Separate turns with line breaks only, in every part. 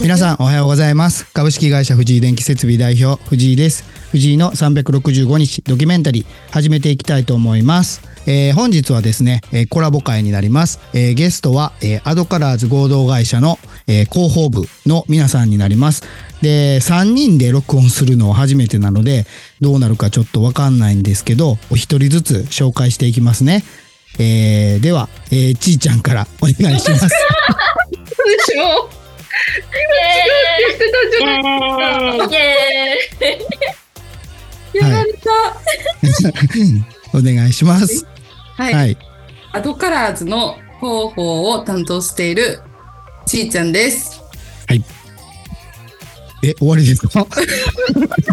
皆さんおはようございます株式会社藤井電気設備代表藤井です藤井の365日ドキュメンタリー始めていきたいと思います、えー本日はですね、えーコラボ会になります、えーゲストは、えーアドカラーズ合同会社の、えー広報部の皆さんになりますで3人で録音するのは初めてなのでどうなるかちょっとわかんないんですけどお一人ずつ紹介していきますねえーでは、えーちーちゃんからお願いします。
でしょ言ってたじゃない
イエーイ
は
や
い
られた。
お願いします。
はい。
はい。
アドカラーズの広報を担当しているちーちゃんです。
え、終わりですか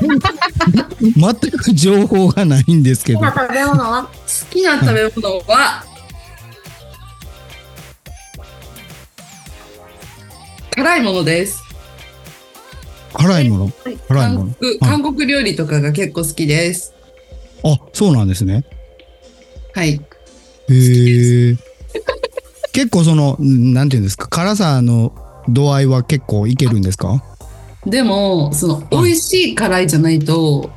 全く情報がないん ですけど。
好きな食べ物は
好きな食べ物は、辛いものです。
辛いもの
はい
辛いもの
韓国
はい
韓国料理とかが結構好きです。
あ、そうなんですね。
はい。
へえ。結構その、んなんていうんですか、辛さの度合いは結構いけるんですか
でも、その、美味しい辛いじゃないと、好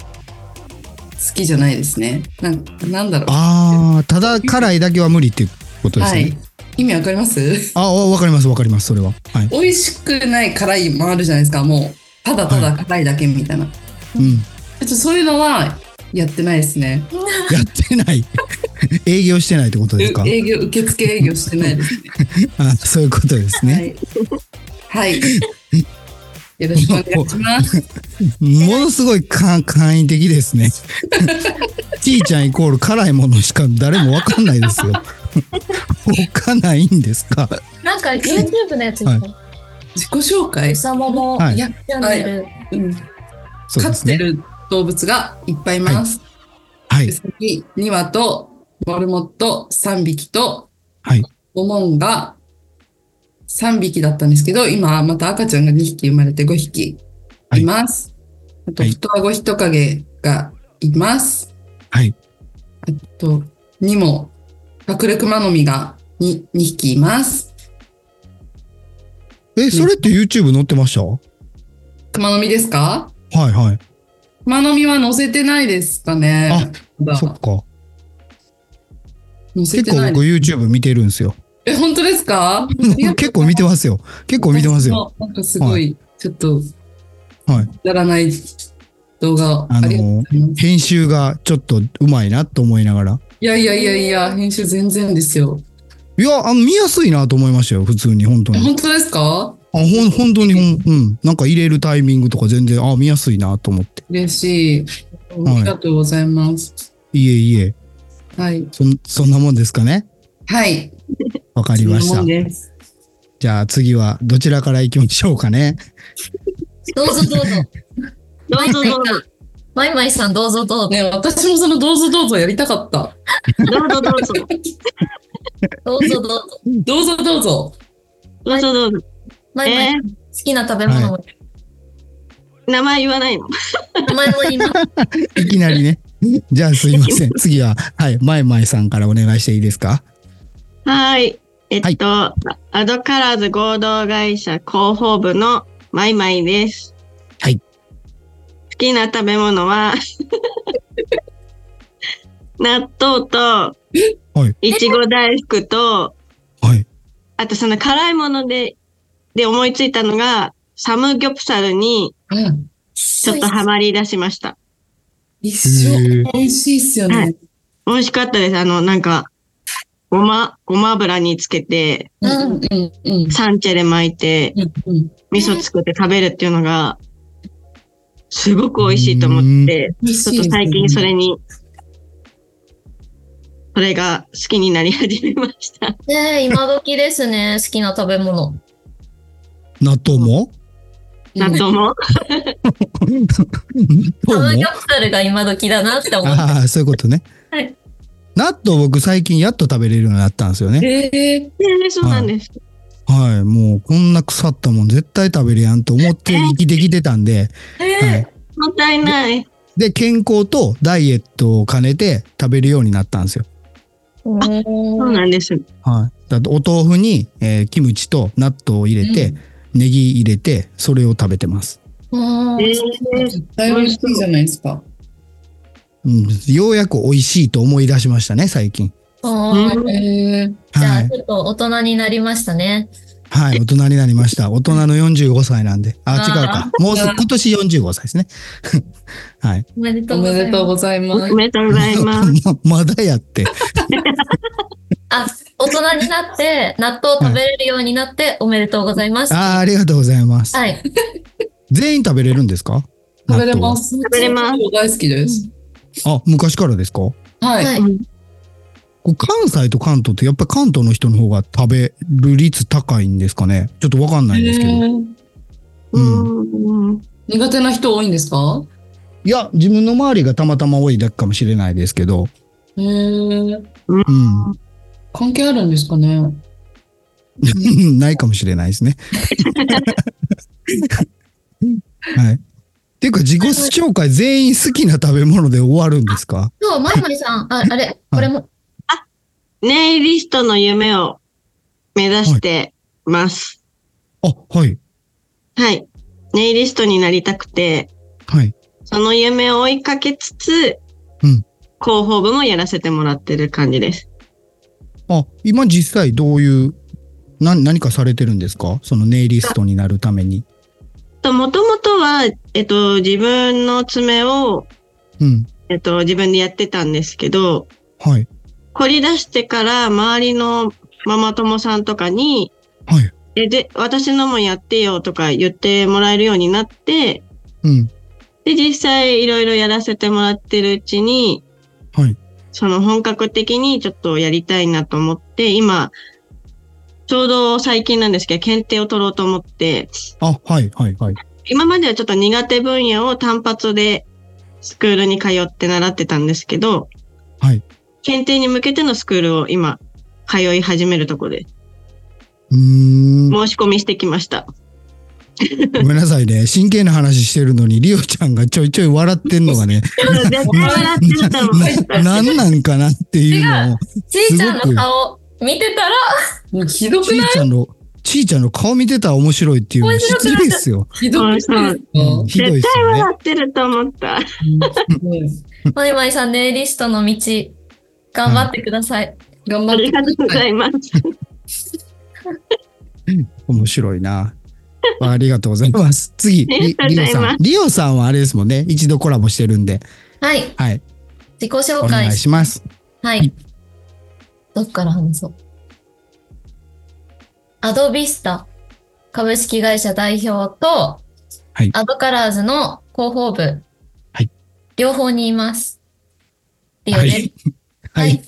きじゃないですね。なんなんだろう。
ああ、ただ辛いだけは無理っていうことですね。
はい。意味わかります
あ、わわかります、わかります、それは。はい。
美味しくない辛いもあるじゃないですかもうただただ辛いだけみたいな、ち
うん。
ょっとそういうのはやってないですね
やってない。 営業してないってことですか
営業受付営業してないですね
あそういうことですね。
はい、はい、よろしくお願いし ます
ものすごいか簡易的です ね。ちーちゃんイコール辛いものしか誰もわかんないですよ。他ないんですか
なんか YouTube のやつに
は
自己紹介
草もも
はい
や
チャンネル、
うん
そう
飼
で
っ
す
て
ね。
る動物がいっぱいいます、
はい
ウ。サギ2羽とモルモット3匹と
はい。
おもんが3匹だったんですけど、今また赤ちゃんが2匹生まれて5匹います。あと、
はい
双子人影がいます。
はい。
あと、にも、隠れ熊の実が 2, 2匹います。
え、それって YouTube 載ってましたは
熊の実ですか
いはい。
熊の実は載せてないですかね。
あ
まだ
そっか。
載せ
結
てな
構
い
僕 YouTube 見てるんですよ。
え、本当で すか
結構見てますよ。結構見てますよ。。
なんかすごい、
は
ちょっと、
はい。
やらない動画を
あ
ありがとう
の
ございます。
編集がちょっとうまいなと思いながら。
いやいやいやいや、編集全然ですよ。
いや、あの見やすいなと思いましたよ。普通に、本当に。
本当ですか
あ、ほん、本当にほん、うん。なんか入れるタイミングとか全然、あ、見やすいなと思って。
嬉しい。
い
ありがとうございます。
いえいえ、
はい。
そん、そんなもんですかね。
はい。
わか
あ
りました。
です
じゃあ次はどちらから行きましょうかね。
どうぞどうぞ。
どうぞどうぞ。
マイマイさんどうぞどうぞ。
ね私もそのどうぞどうぞやりたかった。
どうぞどうぞ。
どうぞどうぞ。
どうぞどうぞ。
どうぞどうぞ。
マイマイ
え
好きな食べ物も。
ー、名前言わないの
お前も今。
いきなりね。 じゃあすいません。次は、はい、まいまいさんからお願いしていいですか。
はーい。えっと、アドカラーズ合同会社広報部のマイマイです。
はい。
好きな食べ物は、 納豆と、
はい
いちご大福と、
はい。
あとその辛いもので、で思いついたのが、サムギョプサルに
うん。
ちょっとハマり出しました。
一
へ
緒
ー。
美味しいっすよ
は
ね
い。美味しかったです。あの、なんか、ごま、ごま油につけて、
うん
うんうんうん
サンチェで巻いて、
うん。
味噌作って食べるっていうのが、すごく美味しいと思って、
美味
ち
し
ょっ
いで
と
すね
最近それに、それが好きになり始めました。
ねえ、今時ですね。好きな食べ物。
納豆も
納豆も。
サ
納
ム
豆
ギ
も
ョプサルが今時だなって思う。
ああ、そういうことね。
はい
納豆僕最近やっと食べれるようになったんですよね。
えー、
ねそうなんです。
はい。もうこんな腐ったもん絶対食べれやんと思って生きてきてたんで、はい。
もったいない。
で、健康とダイエットを兼ねて食べるようになったんですよ。
そうなんです。
はい。だとお豆腐に、えーキムチと納豆を入れて、ネギ入れて、それを食べてます。
うん
えー、
だいぶいいじゃないですか。
うん、ようやく美味しいと思い出しましたね、最近。
うん
えー、
じゃ
は
あ、
い。
ちょっと大人になりましたね。
はい。大人になりました。大人の45歳なんで。あ、違うか。もうす、
あー
今年45歳ですね。 はい。
おめでと
お
うご
め
ざ
で
い
とうご
ます。
ざいます
お。めでとうございます。
まだやって。
あ、大人になって、納豆食べれるようになって、おめでとうございます。
あーありがとうございます。
はい。
全員食べれるんですか
食べれま。す。
べれます
納豆大好きです。
納豆はあ、昔からですかこ
はい。
はい
れ関西と関東ってやっぱり関東の人の方が食べる率高いんですかねちょっとわかんないんですけど。
え
い
ー
うん。
苦手な人多いんですか
や、自分の周りがたまたま多いだけかもしれないですけど。
えー、
うん。
関係あるんですかね
ないかもしれないですね。はい。っていうか、自己紹介全員好きな食べ物で終わるんですか
そう、まいまいさん、ああれ、これも、
ネイリストの夢を目指してます。
あ、はい。
はい。ネイリストになりたくて、
はい。
その夢を追いかけつつ、
うん
広報部もやらせてもらってる感じです。
あ、今実際どういう、な何かされてるんですかそのネイリストになるために。
と、もともとは、えっと、自分の爪を、
うん。
えっと、自分でやってたんですけど、
はい。
凝り出してから周りのママ友さんとかに、
はい。
え、で、私のもやってよとか言ってもらえるようになって、
うん。
で、実際いろいろやらせてもらってるうちに、
はい。
その本格的にちょっとやりたいなと思って、今、ちょうど最近なんですけど、検定を取ろうと思って、
あ、はい、はい、はい。
今まではちょっと苦手分野を単発でスクールに通って習ってたんですけど、
はい。
検定に向けてのスクールを今、通い始めるとこで、
うーん。
申し込みしてきました。
ごめんなさいね。真剣な話してるのに、リオちゃんがちょいちょい笑ってんのがね、
絶対笑ってると 思
な
う。
なんなんかなっていうのを。
ちいちゃんの顔見てたら、
もうひどく
ちいちゃんの、ちいちゃんの顔見てたら面白いっていうのは
面白く
失
なかった
礼っすよ。
ひどくないですか、
うんひどいっ
絶
す
対
よね。
笑ってると思っ
う
た。
ん
まいまいさん、ネイリストの道、頑張ってください。
頑張
あ
っ
り
て
がとうご
くださ
ざ
い。
います。
面白いな。ありがとうございます。次、
あり
リリ
がとう
オ
ござい
さ
ます
ん。リオさんはあれですもんね。一度コラボしてるんで。
はい、
はい。
自己紹
お
介
願いします。
はい。どっから話そう。アドビスタ株式会社代表と、
はい
アドカラーズの広報部、
はい
両方にいます。リオ
は
です、
い。は
はい
い。
好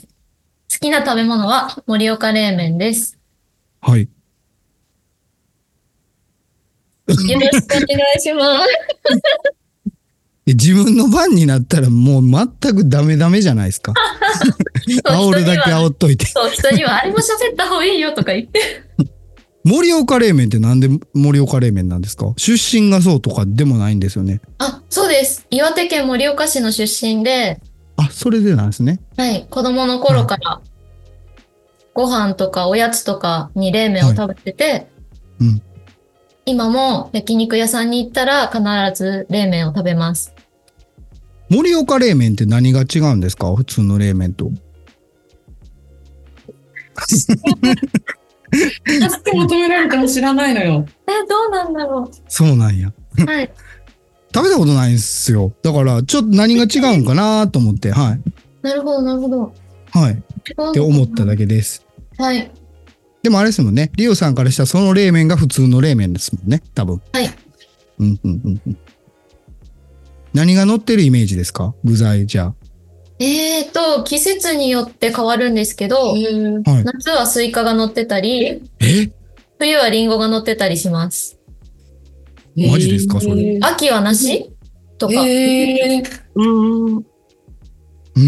きな食べ物は盛岡冷麺です。
はい。
よろしくお願いし ます。
え自分の番になったらもう全くダメダメじゃないですか。煽るだけ煽っといて。
そう、人にはあれも喋った方がいいよとか言って。
盛岡冷麺ってなんで盛岡冷麺なんですか出身がそうとかでもないんですよね。
あ、そうです。岩手県盛岡市の出身で、
あ、それでなんですね。
はい、子供の頃から、ご飯とかおやつとかに冷麺を食べてて、
うん
今も焼肉屋さんに行ったら必ず冷麺を食べます。
盛岡冷麺って何が違うんですか普通の冷麺と。
助け求められても知らないのよ。
え、どうなんだろ
そうなんや。
う。はい。
食べたことないんですよ。だから、ちょっと何が違うんかなと思って、は
なるほど、なるほど。
い。はい。って思っただけです。
はい。
でもあれですもんね。リオさんからしたらその冷麺が普通の冷麺ですもんね。多分。
はい。
うんうんうんうん。何が乗ってるイメージですか具材じゃ
えーと、季節によって変わるんですけど、
あ。はい。
夏はスイカが乗ってたり、
え
冬はリンゴが乗ってたりします。
マジですかそれ
えー
秋は梨とか。
えー
うん。
う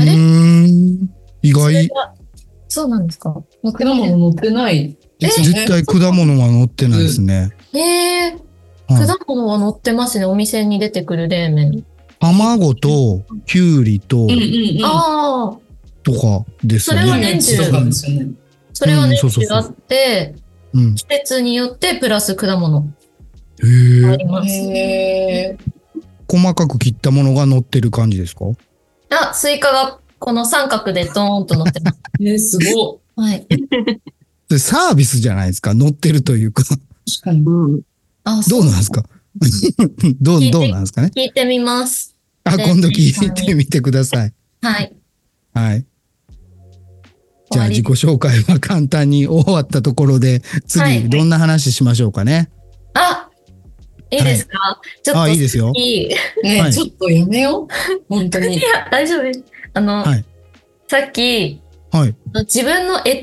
あれ
ーん。意
それ
外。
がそうなんですかわか
果
んない
物乗ってない。
絶対果物は乗ってないですね。
えー、
はい
果物は乗ってますね、お店に出てくる冷麺。
卵と、きゅうりと
うん、うんうん。
ああ、
とかですよ
それは
ね。
ね
年中とかですよね。
それは
うん
ね、
そうそう
違
そう
って、
うん。
季節によってプラス果物。
へ
あ
え。
ります。
へー
細かく切ったものが乗ってる感じですか
あ、スイカがこの三角でドーンと乗ってます。
えー、すごっ。
はい。
それサービスじゃないですか乗ってるというか。
確かに。
うん。
あ、そ
どうなんですか どう、どうなんですかね
聞いてみます。
あ、今度聞いてみてください。
はい。
はい。じゃ
終
あ
わり
自己紹介は簡単に終わったところで、
は
次
い
どんな話しましょうかね。
あ、いいですか、ちょっと
あ、いいですよ。
いい。い
ねえ、
はい
ちょっとやめよう。本当に。
や、 大丈夫です。あの、
はい
さっき、
はい。
自分の干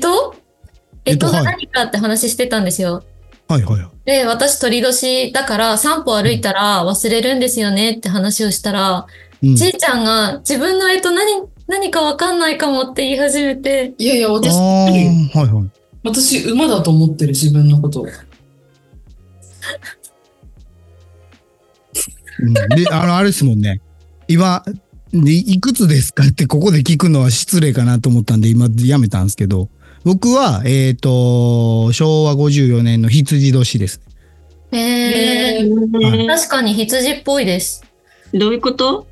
干支
支干支
は
が
い
何かって話してたんですよ。
はいはいはい。
で、私、鳥年だから、散歩歩いたら忘れるんですよねって話をしたら、
うん、
ちいちゃんが自分の干支何、何かわかんないかもって言い始めて、
いやいや、
あ
私、
あ、はいはい。
私、馬だと思ってる、自分のこと。
うんで、 あの、あれですもんね。今、でいくつですかってここで聞くのは失礼かなと思ったんで、今やめたんですけど、僕は、えっ、と、昭和54年の羊年です。
へー、
は
確かに羊っぽいです。
どういうこと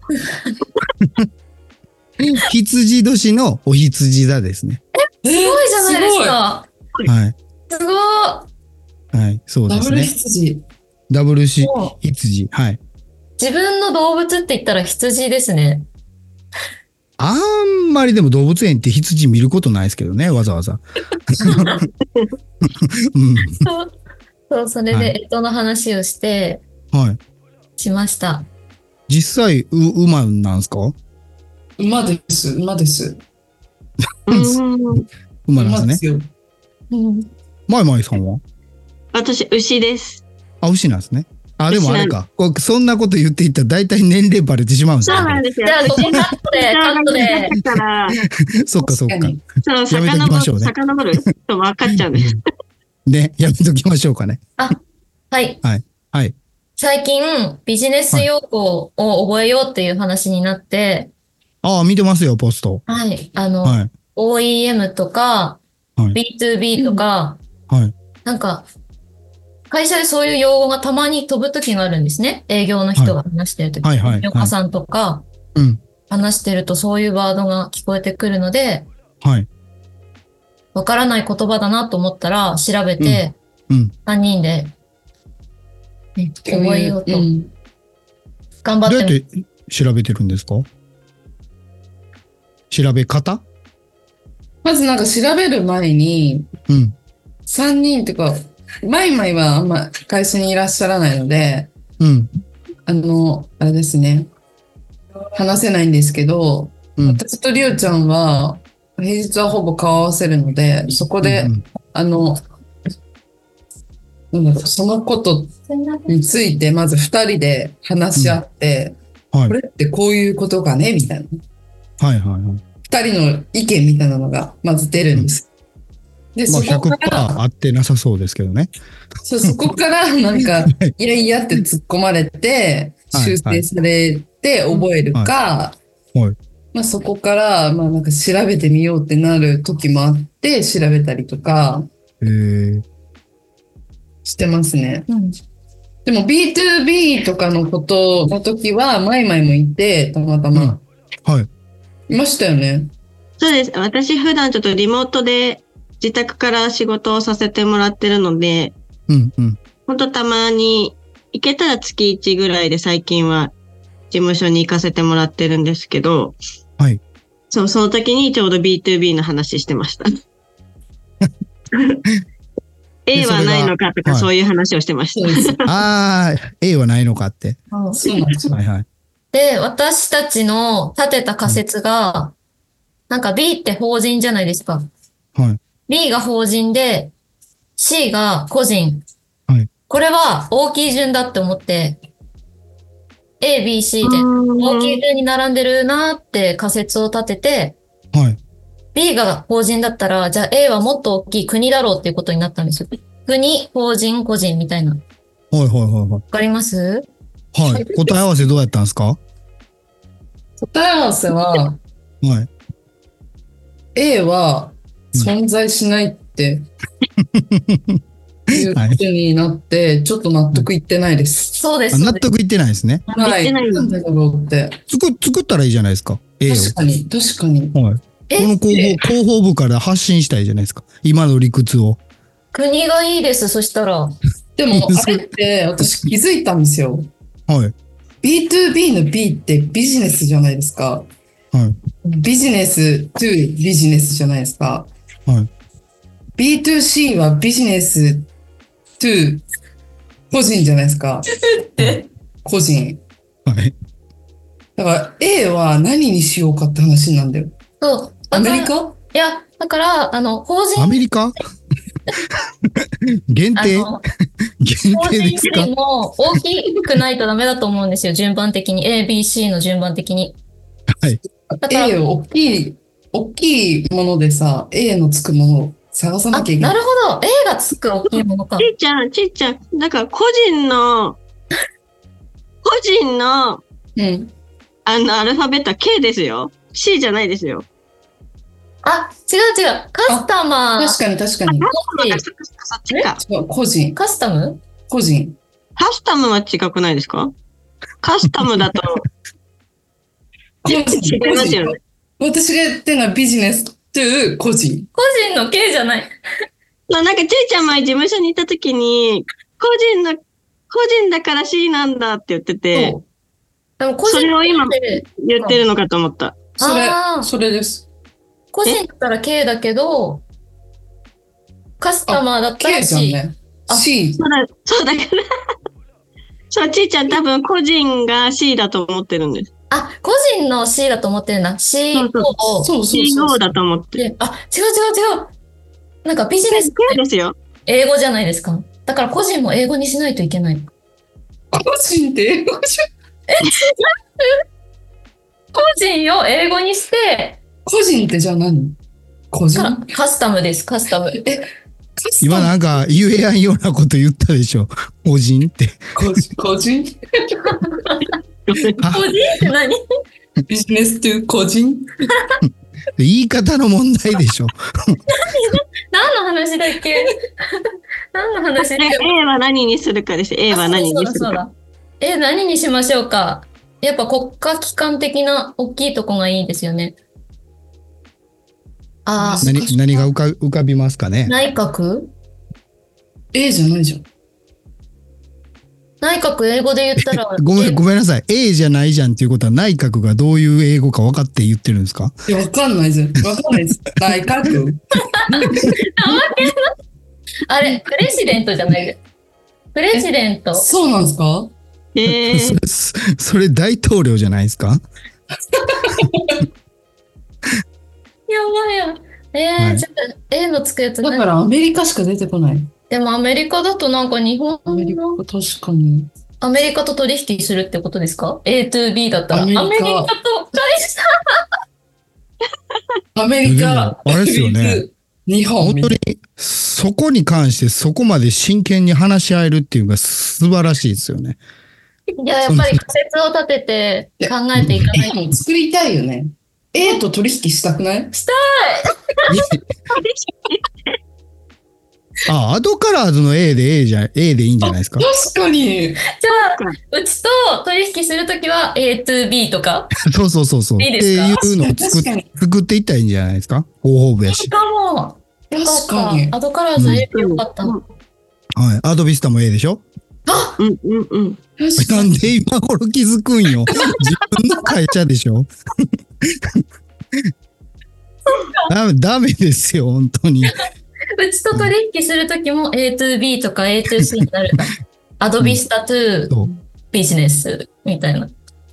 羊年のお羊座ですね。
えー
すごいじゃないです。か。
はい。
すごい。
はい。そう
すごい
で
ダ
す
ブル
ね。
羊。
ダブルし
も
羊。はい。
自分の動物って言ったら羊ですね。
あんまりでも動物園って羊見ることないですけどね、わざわ ざ。う
そう、それ
は
で
い
干支の話をして、
ん。はい。
しました。
実際、う、馬なんですか
馬です、馬です。
うん
馬なんですね。
よ。
うん。
まいまいさんは
私、牛です。
あ、牛なんですね。あ、でも
牛
あ
なん
れか。こうそんなこと言っていったら大体年齢バレてしまうんです
そう
よ。
なんですよ
じ。ゃあ、ここカットで、カットで。
だから、
そっかそっか
確。かに
その、
やめときましょう
遡
ね
遡ると分かっちゃうんです。
ね、やめときましょうかね。
はい。
はい。
最近、ビジネス用語を覚えようっていう話になって、
ああ、見てますよ、ポスト。
はい。あの、
はい。
OEM とか、
は
B2B とか、
はい。
なんか、会社でそういう用語がたまに飛ぶ時があるんですね。営業の人が話してる時。
はいはいはい
業家さんとか、
うん。
話してるとそういうワードが聞こえてくるので、
はい。
わからない言葉だなと思ったら調べて、
うん。
3人で、ね、覚えようと
ん
頑張
どう
っ
やってて調べてるんですか調べ方
まずなんか調べる前に、
うん。
3人ってか、マイマイはあんま会社にいらっしゃらないので、
うん。
あの、あれですね、話せないんですけど、
うん。
私とりおちゃんは、平日はほぼ顔合わせるので、そこで、
うん
あの、なんだろう、そのことについて、まず2人で話し合って、
うんはい
これってこういうことかね、みたいな。
はいはいはい。
2人の意見みたいなのが、まず出るんです。で、
ま
そ
あ
こか
100%
ら、
合ってなさそうですけどね。
そうそこからなんか、
い
いやいやって突っ込まれて、
はい
修正されて覚えるか、
いはい
まあ、そこから、まあなんか調べてみようってなる時もあって、調べたりとか
へえ。
してますね。
うん
でも B2B とかのことの時は、マイマイもいて、たまたま。
はい。
いましたよね。
そうです。私、普段ちょっとリモートで自宅から仕事をさせてもらってるので、
うんうん。
ほんとたまに、行けたら月1ぐらいで最近は事務所に行かせてもらってるんですけど、
はい。
そう、その時にちょうど B2B の話してました。A はないのかとか
それがはい
そういう話をしてまし
そう
た。
です。
ああ、A はないのかって。
そうなんですよ。
はいはい。
で、私たちの立てた仮説が、なんか B って法人じゃないですか。
はい。
B が法人で、C が個人。
はい
これは大きい順だって思って、A、B、C で大きい順に並んでるなーって仮説を立てて、
はい。
B が法人だったら、じゃあ A はもっと大きい国だろうっていうことになったんですよ。国、法人、個人みたいな。わ
はいはいはいはい。
かります
はい。答え合わせどうやったんですかは
答え合わせは、
い。
A は存在しないっていうことになって、ちょっと納得いってないです。
そうです。
あ
そう
納
です
得いってないですね。
はいい。
ってない
なんでだろうって。
作作ったらいいじゃないですか。絵を。
確かに、確かに。
はい。こ
え
の広報広報部から発信したいじゃないですか。今の理屈を。
国がいいです、そしたら。
でも、あれって私気づいたんですよ。
はい。
B2B の B ってビジネスじゃないですか。
はい。
ビジネス to ビジネスじゃないですか。
はい。
B2C はビジネス to 個人じゃないですか。個人。
はい。
だから A は何にしようかって話なんだよ。
そう。
ア
だから
メリカ
いや、だから、あの、法人
ア、メリカ 限
あ
定
の、
限
法
定
人
です
よ
か
りも大きくないとダメだと思うんですよ、順番的に。A、B、C の順番的に。だから
A を大きい、大きいものでさ、A のつくものを探さ
あ、
なきゃいけな。
ないるほど。A がつく大きいものか。
ちっちゃん、ちっちゃん、なんか個人の、個人の、
うん。
あの、アルファベットは K ですよ。C じゃないですよ。
あ、違う違う。カスタマー
確。かに確かに。
あそっかそっかそっちか
違う個人、
カスタム
個人。
カスタムは違くないですかカスタムだと、
個人
違いますよね。
私がやってるのはビジネス to 個人。
個人の K じゃない。
そうなんか、ちいちゃん前事務所にいた時に、個人の、個人だから C なんだって言ってて、
そう。
でも個人
それを今
って
言ってるのかと思った。
それ
あ、ー
それです。
個人だったら K だけど、カスタマーだった
K
ら
じゃん
C。
ね。
あ
C。
そうだ、そうだから。そう、ちいちゃん多分個人が C だと思ってるんです。
あ、個人の C だと思ってるな。C
そうそう
を。
そうそうそう
C5 だと思ってる。
で、あ、違う違う違う。なんかビジネスって
そうですよ。
英語じゃないですか。だから個人も英語にしないといけない。
個人って英語じゃん
個人を英語にして、
個人ってじゃあ何個人
からカスタムです、カスタム。
カス
今
タム
なんか言えやんようなこと言ったでしょ。個人って。
個人個人
個人って何
ビジネス to 個人
言い方の問題でしょ。
何の話だっけ 何の話だっ
ね
け
A は何にするかです。A は何に
あ
す
そうだそ
る
う
か。
だえ、何にしましょうかやっぱ国家機関的な大きいとこがいいですよね。ああ、
何何が浮か浮かびますかね。。
内閣
A じゃないじゃん。
内閣英語で言ったら
ごめん、ごめんなさい。A じゃないじゃんっていうことは内閣がどういう英語か分かって言ってるんですか
いや、わかんないじゃん。わかんないです。内閣
あれ、プレジデントじゃないです。プレジデント。
そうなんですか
え
そ
ー、
そ それ大統領じゃないですか
やばいよ。えー
はい
じゃあ、A のつくやつ
だ
ね
か。らアメリカしか出てこない。
でもアメリカだとなんか日本
アメリカ
の、
確かに。
アメリカと取引するってことですか ?A to B だったら。
ア
ア
メ
メ
リ
リ
カ
カと会社
アメリ
でも
カ、
あれですよね
イギリス。日本
本当にそこに関してそこまで真剣に話し合えるっていうのが素晴らしいですよね。
いや、やっぱり仮説を立てて考えていかないと。
も作りたいよね。A と取引したくない
あ、アドカラーズの A で A じゃ、A でいいんじゃないですか
確かに。
じゃあ、うちと取引するときは A to B とか。
そうそうそうそう。
いいですか
っていうのを作
確か
っ
に。
作っていったらいいんじゃないですか広報部やし。
かも。よか
確
っ
かに
た。。アドカラーズ A よかった。
うん
はい。アドビスタも A でしょ
うんうんうん。
確
な
か
ん
に。
で今頃気づくんよ。自分の会社でしょダメダメですよ、本当に。
うちと取引するときも A to B とか A to C にな る。アドビスタ to
そう
ビジネスみたいな。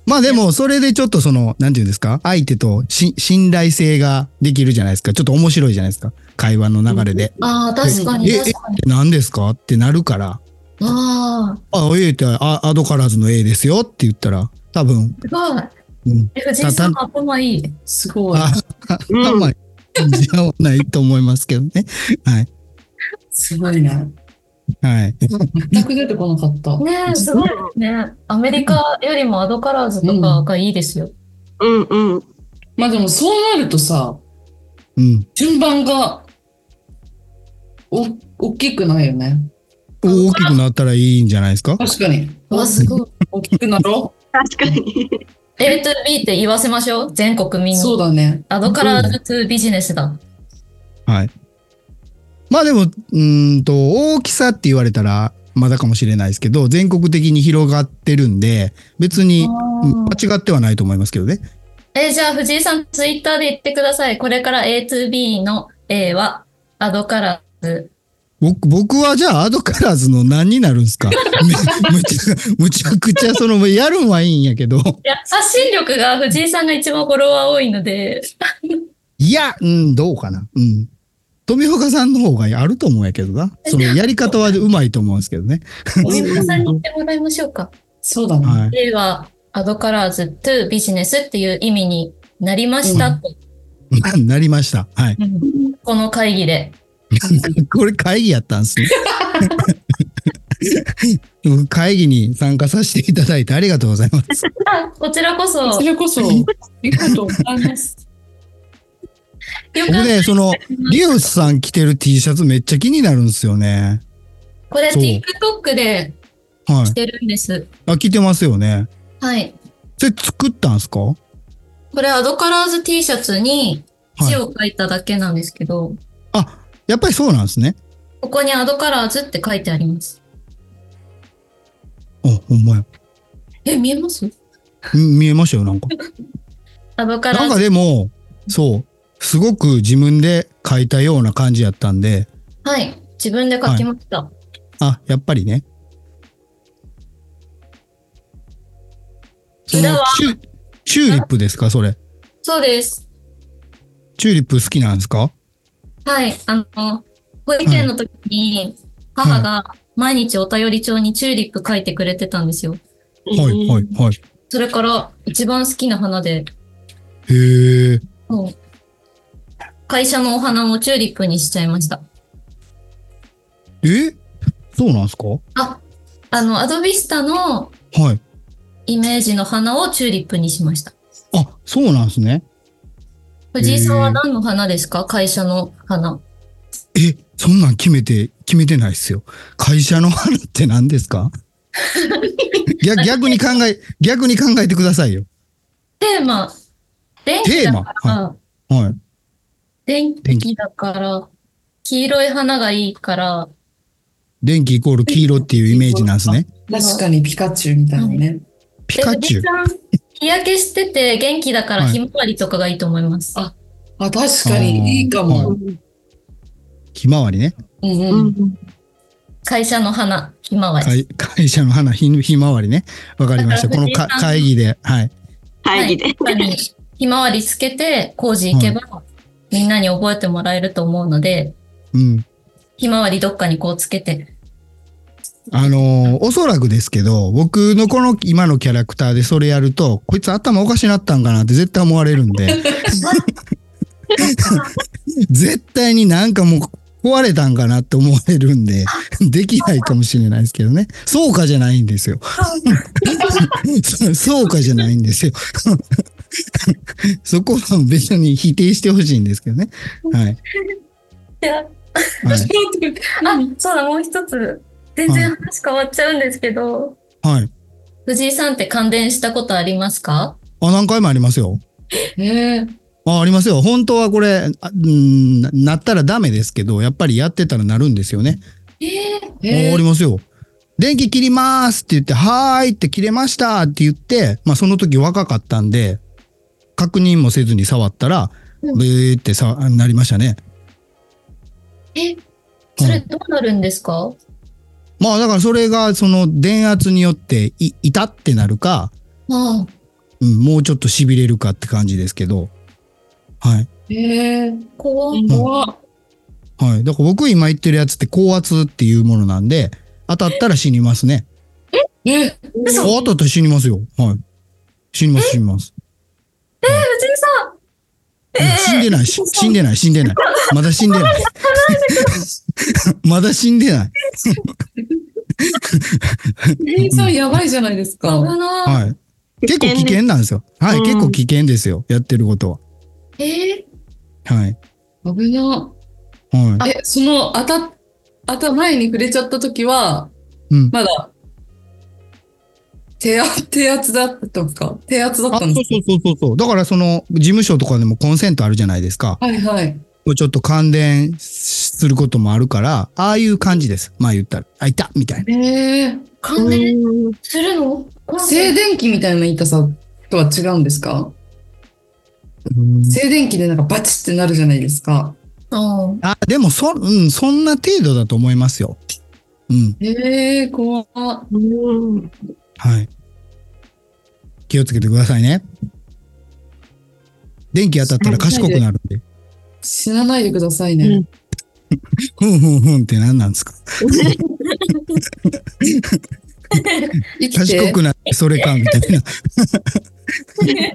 まあでも、それでちょっとその、なんていうんですか相手とし信頼性ができるじゃないですか。ちょっと面白いじゃないですか。会話の流れで。
ああ、確かに
え、え
確かに。、
何ですかってなるから。
ああ、
あ、A ってあアドカラーズの A ですよって言ったら、多分、
すごい。
うん。
え藤井さん頭いい。
すごい。
あ、
うん
あんまり、じゃないと思いますけどね。はい。
すごいね。
はい。
全く出てこなかった。
ねえ、すごいね。アメリカよりもアドカラーズとかがいいですよ。
うんうん。
まあでもそうなるとさ、
うん。
順番がお大きくないよね。
大きくなったらいいんじゃないですか
確かに。
うわ、すごい。
大きくなろ
確かに。
A to B って言わせましょう。全国民
う。
に。
そうだね。
アドカラーズ to ビジネスだ。
はい。まあでも、うーんと、大きさって言われたら、まだかもしれないですけど、全国的に広がってるんで、別にうん間違ってはないと思いますけどね。
えーじゃあ藤井さん、ツイッターで言ってください。これから A to B の A はアドカラーズ。
僕僕はじゃあ、アドカラーズの何になるん すかめむちゃむちゃくちゃ、その、やるんはいいんやけど。
いや、発信力が藤井さんが一番フォロワー多いので、
いや、うん、どうかな。うん。富岡さんの方があると思うんやけどな。その、やり方はうまいと思うんですけどね。
富岡さんに言ってもらいましょうか。
そうだね。
はい。
A はアドカラーズ to ビジネスっていう意味になりましたと、
ななりました。はい。
この会議で。
これ会議やったんですね。 会議に参加させていただいてありがとうございます。
あこちらこそ、
そ
よ
れこそ、いいことあります。
かっ
僕
た
ね、その、リュウスさん着てる T シャツめっちゃ気になるんですよね。
これ
そう
TikTok で
は
し
い。
てるんです。
あ、着てますよね。
はい。
それ作ったんですかは
これアドカラーズ T シャツに字
い。
を書いただけなんですけど、
あ、やっぱりそうなんですね。
ここにアドカラーズって書いてあります。
あ、ほんまや。
え、見えます
うん見えましたよ、なんか。
アドカラ
なん
ー
か
ズ。
でも、そう、すごく自分で書いたような感じやったんで、
はい。自分で書きました。
あ、やっぱりね。そ
裏
の
は
チュチューリップですかそれ。
そうです。
チューリップ好きなんですか
はい。あの、保育園の時に母が毎日お便り帳にチューリップ書いてくれてたんですよ。
はいはいはい。
それから一番好きな花で、
へえ。
もう会社のお花もチューリップにしちゃいました。
えそうなんですかは
あ、あの、アドビスタの
い。
イメージの花をチューリップにしました。
あ、そうなんですね。
藤井さんは何の花ですか会社の花。
え、そんなん決めて、決めてないっすよ。会社の花って何です か逆逆に考え、逆に考えてくださいよ。
テーマ。電気
テー
だ
マ
から、
はい。
電気だから、黄色い花がいいから、
電気イコール黄色っていうイメージなんです ね。
確かにピカチュウみたいなね。
ピカチュウ
で藤井。さん日焼けしてて元気だから
はい
ひまわりとかがいいと思います。
ああ、確かにいいかも。
ひまわりね。
うん
う
うん。
ん
会社の花、ひまわり。
会 会社の花ひひまわりね。わかりました。このか
だから藤井さん
会議で、はい。
会議で。
他にひまわりつけて工事行けば、みんなに覚えてもらえると思うので、
うん。
ひまわりどっかにこうつけて。
あのーおそらくですけど、僕のこの今のキャラクターでそれやると、こいつ頭おかしなったんかなって絶対思われるんで、絶対になんかもう壊れたんかなって思われるんで、できないかもしれないですけどね。そうかじゃないんですよ。そそうかじゃないんですよ。そこは別に否定してほしいんですけどね。はい。
いや
はい。
あ、そうだ、もう一つ。全然話変わっちゃうんですけど、
はい。
藤井さんって感電したことありますか
あ、何回もありますよ。
へえ。
あありますよ。本当はこれ、あうんななったらダメですけど、やっぱりやってたらなるんですよね。
ええ
ああ
へ
りますよ。電気切りますって言って、はーいって切れましたって言って、まあその時若かったんで、確認もせずに触ったら、
うん
ブーってさ、なりましたね。
え、それどうなるんですか、
まあだからそれがその電圧によってい、いたってなるか、
あ
うん、もうちょっと痺れるかって感じですけど。はい。
え。へえ。
あ、怖
ん
怖っ
はい。だから僕今言ってるやつって高圧っていうものなんで、当たったら死にますね。
え、
嘘
あ当たったら死にますよ。はい。死にます、死にます。
藤井さん
うん死んでないし、死んでない、死んでない。まだ死んで ない。まだ死んでない。
店員さんやばいじゃないですか。
危ない
はい。結構危険なんですよ。はい、
うん
結構危険ですよ。やってること
え
は。はい。
危な。
はい。
え、その当たっあとは前に触れちゃった時は、
うん。
まだ、手圧、手圧だったとか、手圧だっ
あ、
た
そ
ん
う
で
そう
す
そ
よ
うそうそう。だからその事務所とかでもコンセントあるじゃないですか。
はいはい。
これちょっと感電することもあるから、ああいう感じです。まあ言ったら、あ、いたみたいな。
えー、
感電するの
静電気みたいな痛さとは違うんですか静電気でなんかバチってなるじゃないですか。
うん。
あ、でもそ、うん、そんな程度だと思いますよ。うん。
ええー、怖っ
うん
はい。気をつけてくださいね。電気当たったら賢くなるんで。
死なないでくださいね。
うん
ふんふんふんって何なんですか
生きて。
賢くなってそれかみたい な。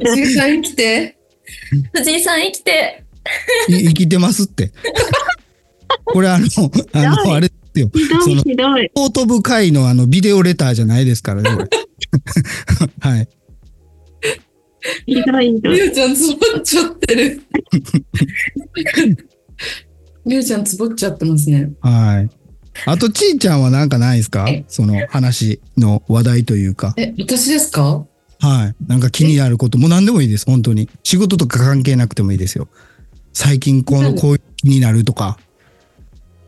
藤井さん生きて。
藤井さん生きて。
い生きてますって。これあの、あの、あれですよ。
ひどい、ひどい。
ポートブ会のあの、ビデオレターじゃないですからね、これ はい。
ひどい、ひど
り
い。
ゅうちゃんつぼっちゃっ てる。りゅうちゃんつぼっちゃってますね。
はい。あと、ちいちゃんはなんかないですか
え
その話の話題というか。
え、私ですか
はい。なんか気になること、もう何でもいいです、本当に。仕事とか関係なくてもいいですよ。最近この、
うん
こういう気になるとか、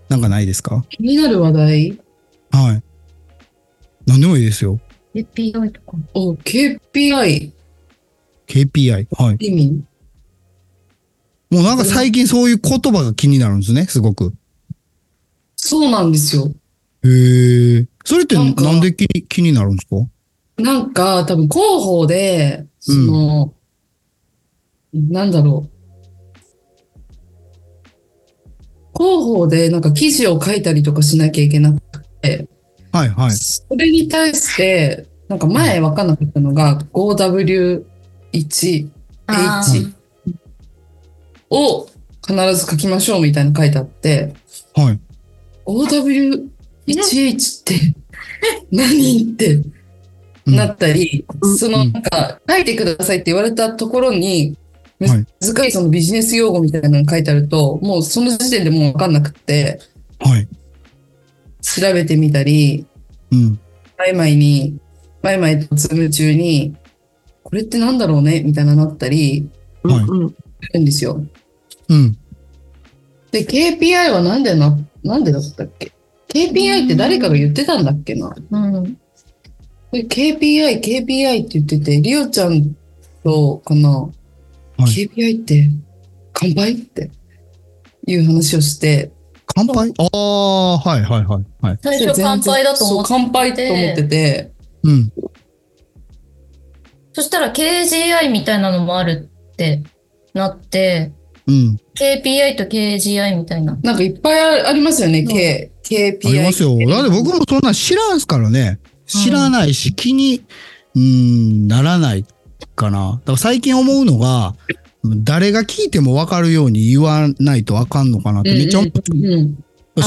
なんかないですか
気になる話題
はい。何でもいいですよ。
API とか。
お、KPI。
KPI。はい。
意味
もうなんか最近そういう言葉が気になるんですね、すごく。
そうなんですよ。
へえ。それって
なんか
なんで気に気になるんですか
なんか、多分広報で、その、なんだろう。広報でなんか記事を書いたりとかしなきゃいけなくて、
はいはい。
それに対して、なんか前分かんなかったのが 5W1H
あー
を必ず書きましょうみたいなの書いてあって、
はい。
5W1H って何って
うん
なったり、
うん
そのなんか、書いてくださいって言われたところに、
はい
難しいそのビジネス用語みたいなの書いてあると、もうその時点でもうわかんなくって、
はい。
調べてみたり、
うん。
前々に、前々とズーム中に、これってなんだろうねみたいななったり
はい
うん
するんですよ。
うん。
で、KPI はなんでな、なんでだったっけ ?KPI って誰かが言ってたんだっけな
うん。
で ?KPI、KPI って言ってて、リオちゃんとかな、
はい
KPI って乾杯っていう話をして、
乾杯ああ、はいはいはい。はい。
最初乾杯だと思って
そう乾杯と思ってて、
うん。
そしたら KGI みたいなのもあるってなって、
うん。
KPI と KGI みたいな。
なんかいっぱいあありますよね、
ん
K、
あ
KPI。
りますよ。だって僕もそんなん知らんすからね。知らないし、気に、うーん、ならないかな。だから最近思うのが、誰が聞いても分かるように言わないとあかんのかなって、めっちゃ思う
うんうん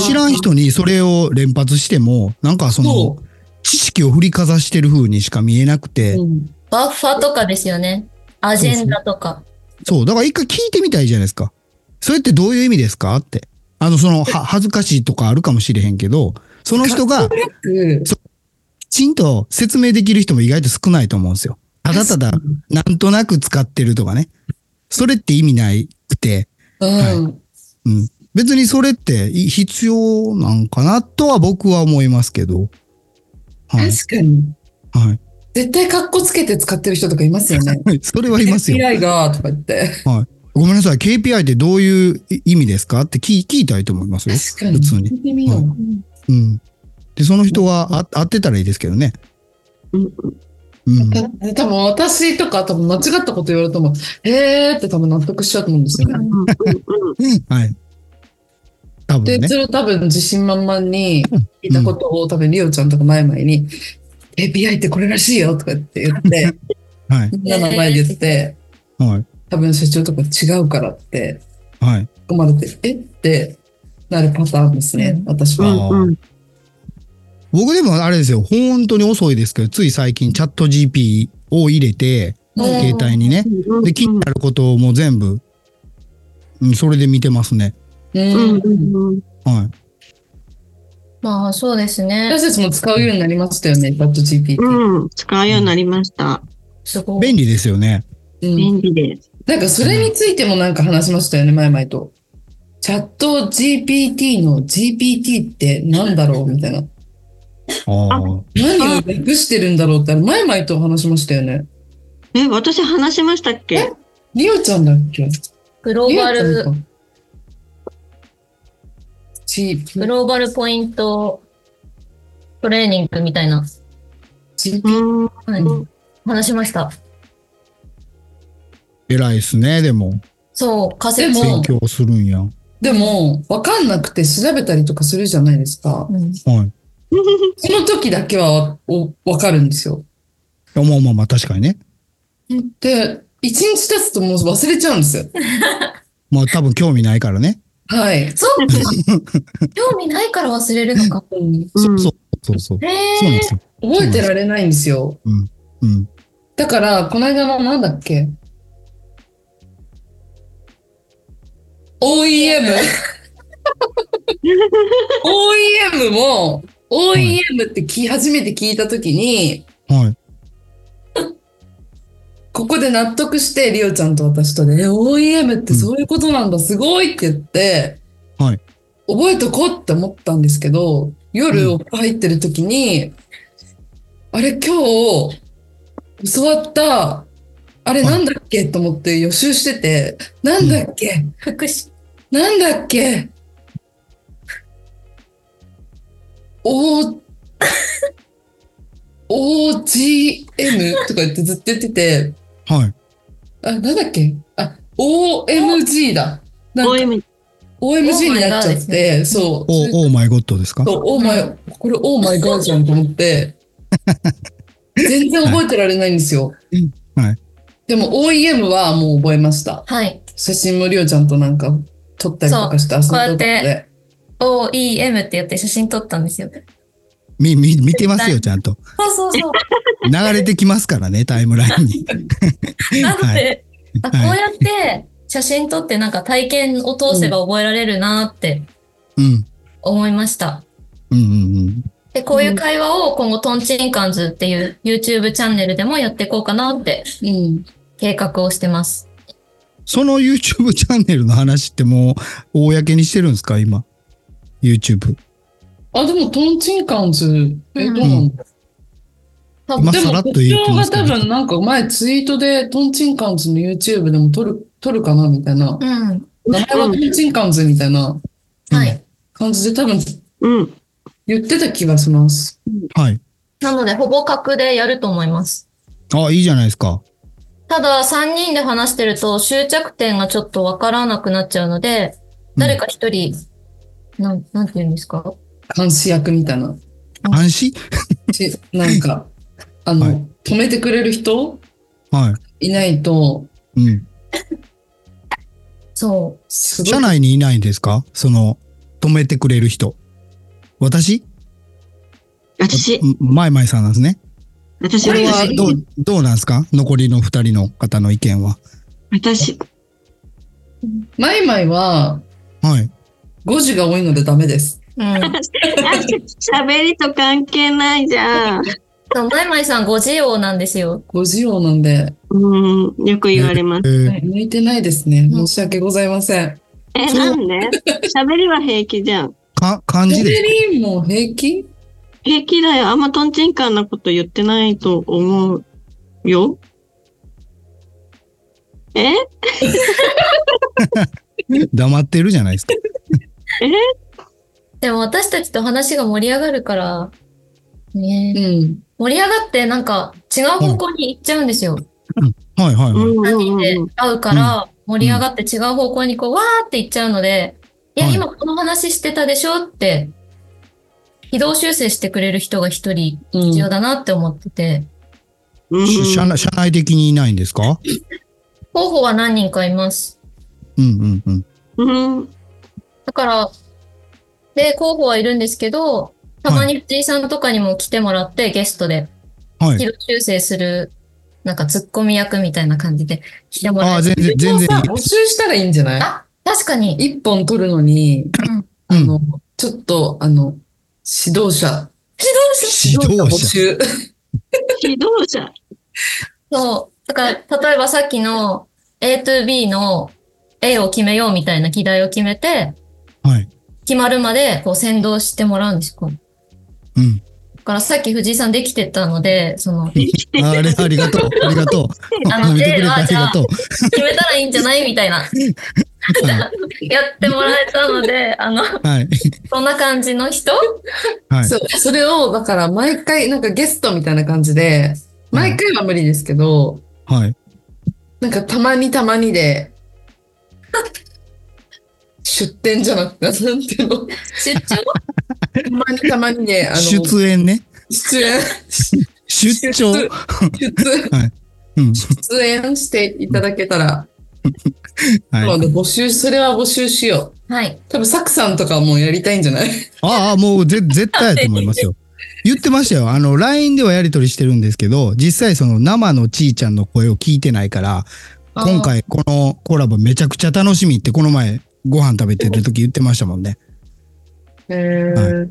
知らん人にそれを連発しても、なんかその
そ、
知識を振りかざしてる風にしか見えなくて、
うん
バッファとかですよね。アジェンダとか。
そう、だから一回聞いてみたいじゃないですか。それってどういう意味ですかって。あの、その、は、恥ずかしいとかあるかもしれへんけど、その人が、
うん
きちんと説明できる人も意外と少ないと思うんですよ。ただただ、なんとなく使ってるとかね。それって意味ないくて、
うん
うん。別にそれってい必要なんかなとは僕は思いますけど。はい。
確かに。
は
絶対カッコつけて使ってる人とかいますよね。
い。それはいます よ。
KPI が、とか言って。
ごめんなさい。KPI ってどういう意味ですかって聞い聞いたいと思いますよ。
確かに。
普通に
聞いてみよう。
うん。で、その人はあ合ってたらいいですけどね。
うん
うん。
た多分私とか多分間違ったこと言われても、へーって多分納得しちゃうと思うんですよね。
うん
はい。多分
で、
ね
そ。れを多分自信満々に聞いたことを多分リオちゃんとか前々に、API ってこれらしいよとかって言って、
はい。
みんなの前で言って、
はい。
多分社長とか違うからって、
はい。
含まれて、えってなるパターンですね、私
う
は。
んうん
僕でもあれですよ。本当に遅いですけど、つい最近チャット GP を入れて、
うん
携帯にね。
うん
で、気になることをもう全部、うん、それで見てますね。
う
うん
ん。
うんうん
はい。
まあ、そうですね。
私たちも使うようになりましたよね、チャット GPT。
うん、使うようになりました。
すごい。
便利ですよね。
うん
便利です。
なんかそれについてもなんか話しましたよね、前々と。チャット GPT の GPT ってなんだろうみたいな。
あー
何を略してるんだろうって、前々と話しましたよね。
え、私話しましたっけ
リオちゃんだっけ
グロ
リ
ー
オ
バ
ちゃん
ル、
か。G、
グローバルポイントトレーニングみたいな、
G、
うん。
はい
うん
話しました。
偉いですね、でも。
そう、仮
で
説
も
勉強するんや。は
でも、わかんなくて調べたりとかするじゃないですか。
うん
い。
その時だけはおわかるんですよ。
まあまあまあ、確かにね。
で、一日経つともう忘れちゃうんですよ。
まあ多分興味ないからね。
はい。
そうか。興味ないから忘れるのか。
うん
そうそうそうそう。
へ
そうなん
え
で。すよ。
覚えてられないんですよ。
うん。
だから、この間のなんだっけ ?OEM ?OEM も、OEM って聞い初めて聞いたときに、
はい。
ここで納得して、リオちゃんと私とで、え OEM ってそういうことなんだ、すごいって言って、
はい
覚えとこうって思ったんですけど、
う
夜
ん
お風呂入ってる時に、あれ今日、教わった、あれ
はい
なんだっけと思って予習してて、なんだっけ、
福祉。
なんだっけ お、OGM とか言ってずっと言ってて、
はい。
あ、なんだっけあ、OMG だ。なんか
OM、
OMG になっちゃ
Oh my god で
っ
す
て、
ね
そう。
お、オーマイゴッドですか
そう、オーマイ、これオーマイガーじゃんと思 って、全然覚えてられないんですよ。
はい。
でも OEM はもう覚えました。
はい。
写真もりおちゃんとなんか撮ったりとかして遊ん
そう
だ
こ
と
うやっ
で。
OEM ってやって写真撮ったんですよ。
み、み、見てますよ、ちゃんと。
そうそうそう。
流れてきますからね、タイムラインに。
なの
はい。
で、あこう
はい。
やって写真撮ってなんか体験を通せば覚えられるなって
うん。
思いました。
うんうんうん。
で、こういう会話を今後トンチンカンズっていう YouTube チャンネルでもやっていこうかなって
うん。
計画をしてます。
その YouTube チャンネルの話ってもう、公にしてるんですか今。YouTube。
あ、でもトンチンカンズ、え、
うん
どうなんだ
多
今
で
さら
も、
っと
部
言えて
長
ま
が
すけ
多
ど
分なんか前ツイートでトンチンカンズの YouTube でも撮る、撮るかなみたいな。
うん。
名前はトンチンカンズみたいな
はい。
感じで多分
うん。
言ってた気がします。
はい。
なので、ほぼ格でやると思います。
あ、いいじゃないですか。
ただ、3人で話してると終着点がちょっとわからなくなっちゃうので、誰か一人、なん、なんて言うんですか
監視役みたいな。
監視
しなんか、あの、
はい
止めてくれる人
はい
ないと、
い。うん。
そ
すごい
社。内にいないんですかその、止めてくれる人。私
私、
マイマイさんなんですね。
私、
これは
私、
どう、どうなんですか残りの二人の方の意見は。
私、
マイマイは、
はい。
5時が多いのでダメです。
う。うん。
喋りと関係ないじゃん。
そう、まいまいさんご自由なんですよ。
5時用なんで、
うん、よく言われます。
えー
向いてないですね。
うん
申し訳ございません。
え、
そう
なんで喋りは平気じゃん。
か、漢
ジ
字
ェ
です。
リーンも平気
平気だよ。あんまトンチンカンなこと言ってないと思うよ。え
黙ってるじゃないですか。
でも私たちと話が盛り上がるから、
う
ね
ん。
盛り上がってなんか違う方向に行っちゃうんですよ。
はいはいはい。
うん
3人
うん
で
うん
会うから、盛り上がって違う方向にこう、わーって行っちゃうので、いや、
はい
今この話してたでしょって、軌道修正してくれる人が一人
うん
必要だなって思ってて、
うん
し社内、社内的にいないんですか
候補は何人かいます。
うんうんうん。
うん。
だから、で、候補はいるんですけど、たまに藤井さんとかにも来てもらって、ゲストで
はい
軌。道修正する、なんかツッコミ役みたいな感じで来ても
あ
ら
あ、
える。
全然、全然
もうさ募集したらいいんじゃない
あ、確かに。
一本取るのに、
うん
あの、ちょっと、あの、指導者。
指導者
募集。
指導者。
そう。だから、例えばさっきの A to B の A を決めようみたいな議題を決めて、
はい。
決まるまでこう先導してもらうんですかだ
うん。
からさっき藤井さんできてたので、その、
ああれ、ありが とう。ありがとう。
あ
褒
の
めてくれてありがとう。
決めたらいいんじゃないみたいな、
は
やってもらえたので、あの、
い。はい。
そんな感じの人
はい
そう。それを、だから毎回、なんかゲストみたいな感じで、毎回は無理ですけど、
はい。
なんかたまにたまにで、 出店じゃなくて、なんていうの、
出張
たまにたまにで、あの、
出演ね。
出演、
出張。
出出
うん。
出演していただけたら、
は。
ないので募集、それは募集しよう。
はい。
多分、サクさんとかもやりたいんじゃない
ああ、もうぜ絶対やと思いますよ。言ってましたよ。あの、LINE ではやり取りしてるんですけど、実際その生のちいちゃんの声を聞いてないから、
あー
今回このコラボめちゃくちゃ楽しみってこの前ご飯食べてる時言ってましたもんね。
へえ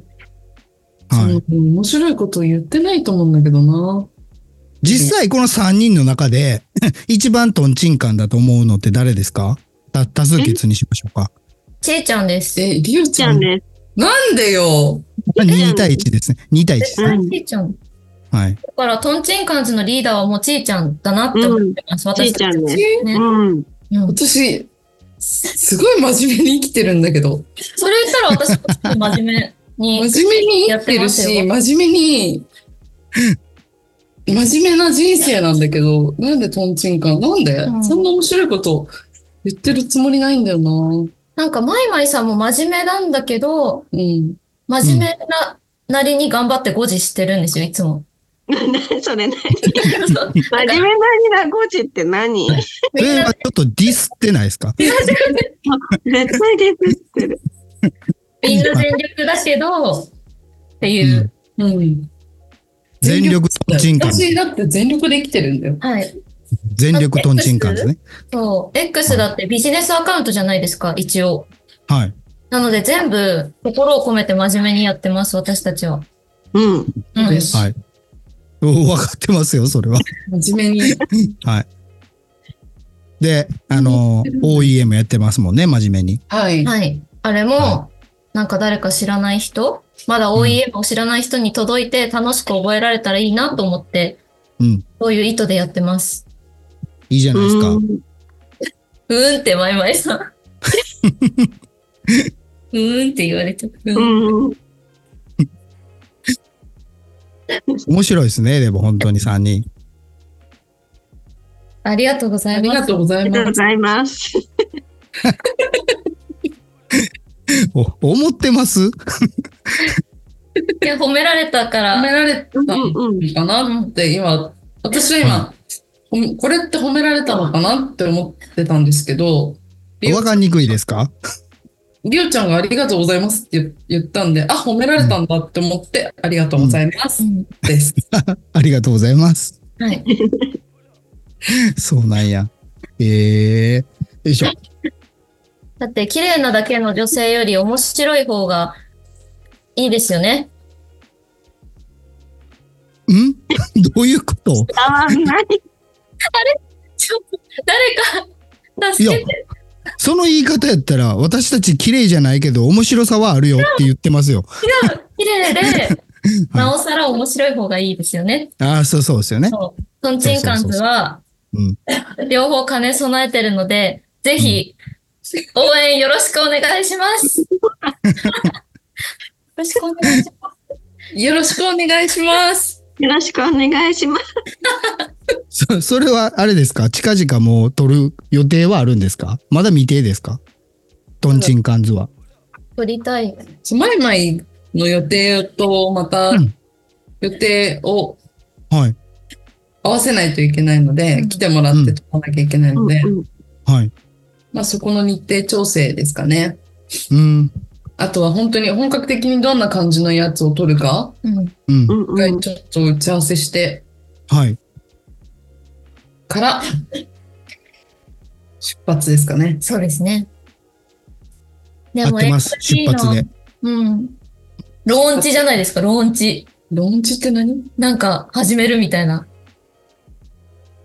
ははい。
面白いこと言ってないと思うんだけどな。
実際この3人の中で 一番トンチンカンだと思うのって誰ですかた多数決にしましょうか。
ちえちゃんです。
え、りおち
ち
ゃ
ゃん
ん。
です。
なんでよ
2対1ですね。2対1です
絶
ね。
対ちえちゃん。
はい。
だから、トンチンカンズのリーダーはもうちえちゃんだなって思ってます。
ち
私
いちゃんです。
え
ね
うん。
うん
私、すすごい真面目に生きてるんだけど。
それ言ったら私もちょっと真面目に。
真面目に生きてるし、
や
真面目に、真面目な人生なんだけど、なんでトンチンカンなんで、
うん
そんな面白いこと言ってるつもりないんだよな。うん。
なんか、マイマイさんも真面目なんだけど、真面目な、なりに頑張って誤字してるんですよ、いつ も。
それね。
そう
真面目なにラゴチって何
それはちょっとディスってないですか
絶対ディスってる。
みんな全力だけど、っていうう。
ん
うん。
全力トンチンカン。
私だって全力で生きてるんだよ。
はい。
全力トンチンカンですね。
そう。X だってビジネスアカウントじゃないですか、一応。
はい。
なので全部心を込めて真面目にやってます、私たちは。
うん。
うん。
よし
はい。お分かってますよ、それは。
真面目に。
はい。で、あの、OEM やってますもんね、真面目に。
はい。
はい。あれ
は
も、なんか誰か知らない人、まだ OEM を知らない人に届いて楽しく覚えられたらいいなと思って、
うん。
そういう意図でやってます。
いいじゃないですか。
うーんって、まいまいさん。うーんって言われちゃった。
うんうん。
面白いですね、でも本当に3人。
ありがとうござ
あ
い
りが
ます。
とうござ
あ
い
りが
ま
とうご
す。
ざいます。
お思ってます
いや、褒められたか
褒
ら。
められた
うん
の
うん。
かなって今、私は今、ほんこれって褒められたのかなって思ってたんですけど、りお
分かりにくいですか
りおちゃんがありがとうございますって言言ったんで、あ、褒められたんだって思って、ありがとうございます
うん
です。
ありがとうございます。
はい。
そうなんや。ええよいしょ。
だって、綺麗なだけの女性より面白い方がいいですよね。
ん どういうこと
あー、何
ちょっと、誰か、助けて。
その言い方やったら、私たち綺麗じゃないけど、面白さはあるよって言ってますよ。
綺麗 で、なおさら面白い方がいいですよね。
ああ、そうそうですよね。
そう。トンチンカンズは、
うん。
両方兼ね備えてるので、ぜひ、応援よろしくお願いします。よろしくお願いしま
よろしくお願いします。
よろしくお願いします。
そそれはあれですか近々もう撮る予定はあるんですかまだ未定ですかトンチンカンズは。
す。撮りたい。
前々の予定とまた
うん
予定を
はい。
合わせないといけないので、
うん
来てもらって撮らなきゃいけないので、
うんうん
はい。
まあそこの日程調整ですかね。
うん。
あとは本当に本格的にどんな感じのやつを撮るか、
うん。
うん。
うんう
一
ん
回ちょっと打ち合わせして
はい。
から、出発ですかね。
そうですね。で
合ってます。
XP
出
の
発で。
うん。ローンチじゃないですか、ローンチ。
ローンチって何
なんか、始めるみたいな。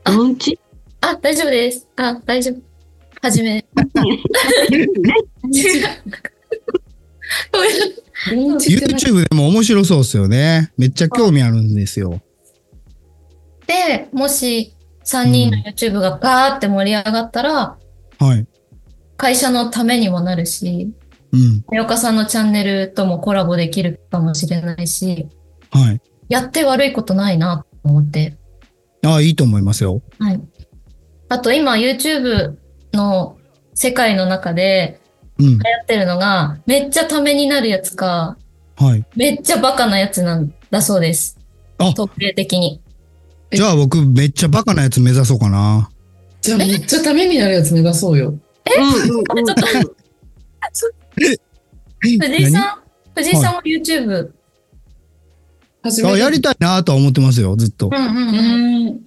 あ
ローンチ
あ、大丈夫です。あ、大丈夫。始 め。違う。ごめん
ローンチって何
YouTube でも面白そうですよね。めっちゃ興味あるんですよ。
で、もし3人の YouTube がバーって盛り上がったら、
はい。
会社のためにもなるし、
うん。
宮岡さんのチャンネルともコラボできるかもしれないし、
はい。
やって悪いことないなと思って。
ああ、いいと思いますよ。
はい。あと今 YouTube の世界の中で
うん。
流行ってるのが、めっちゃためになるやつか、
はい。
めっちゃバカなやつなんだそうです。
あ、
特例的に。
じゃあ僕めっちゃバカなやつ目指そうかな。
じゃあめっちゃためになるやつ目指そうよ。
うんうんうん
藤井さん、藤井さんも YouTube。
初
何あやりたいなとは思ってますよ、ずっと。
うんうん
う
うん。
ーん。
うん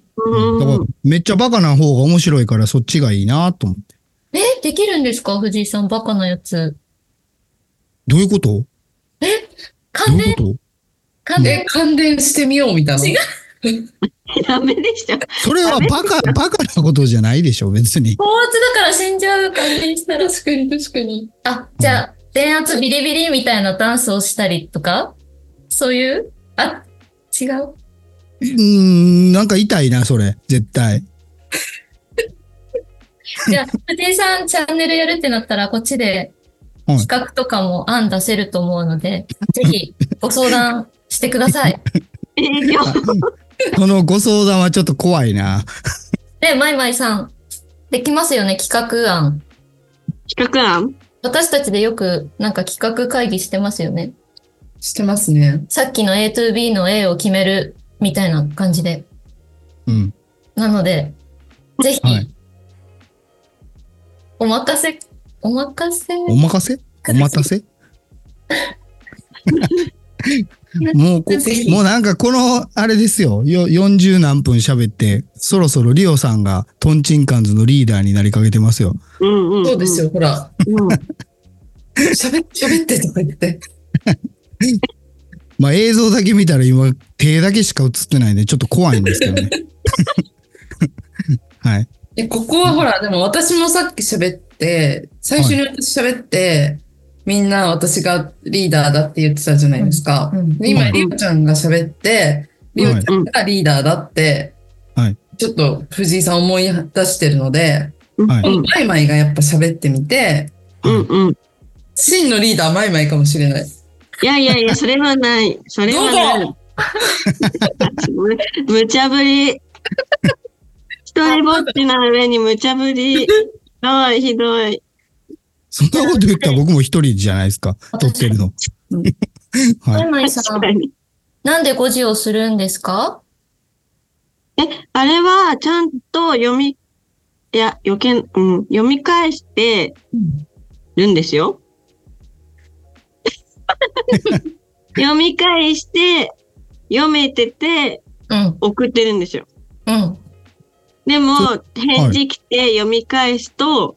だからめっちゃバカな方が面白いからそっちがいいなと思って。
え、できるんですか藤井さん、バカなやつ。
どういうことど
関
うい
連
うこと
関連
え、関連してみようみたいな。
違
ダメでした。
それはバカ、バカなことじゃないでしょ、別 に。
高圧だから死んじゃう、関連したら。
確かに確かに。
あ、じゃあ、電圧ビリビリみたいなダンスをしたりとかそういうあ、違
う
う
ーん、なんか痛いな、それ。絶対。
じゃあ、藤井さんチャンネルやるってなったら、こっちで
はい
企画とかも案出せると思うので、ぜひご相談してください。
営業
あそのご相談はちょっと怖いな。
で、マイマイさん、できますよね、企画案。
企画案
私たちでよくなんか企画会議してますよね。
してますね。
さっきの A to B の A を決めるみたいな感じで。
うん。
なので、ぜひ、
はい
お任せ、お任せ。
お任せお待た せもうこ
ぜ、 ひ
もうなんかこの、あれですよ。よ、40何分喋って、そろそろリオさんがトンチンカンズのリーダーになりかけてますよ。
うんうんん。
そうですよ、ほら。
うん。
喋って、喋ってとか言って。
まあ映像だけ見たら今、手だけしか映ってないんで、ちょっと怖いんですけどね。 はい。
え、ここはほら、でも私もさっき喋って、最初に私喋って、みんな私がリーダーだって言ってたじゃないですか。
うん
で今、
うん
りおちゃんが喋って、りおちゃんがリーダーだって、
はい
ちょっと藤井さん思い出してるので、
はい
うん
マイマイがやっぱ喋ってみて、
うんうん。
真のリーダーマイマイかもしれない。
いやいやいや、それはない。それはない。む 無茶ぶり。一人ぼっちな上に無茶ぶり。ひどい、ひどい。
そんなこと言ったら僕も一人じゃないですか。撮ってるの。
マ
はい。
イマイさ
確か
ん、
に。
なんで5時をするんですか
あれは、ちゃんと読み、いや、余計、うん、読み返してるんで すよ。読み返して、読めてて、
うん、
送ってるんですよ。
うん。
でも、返事来て読み返すと、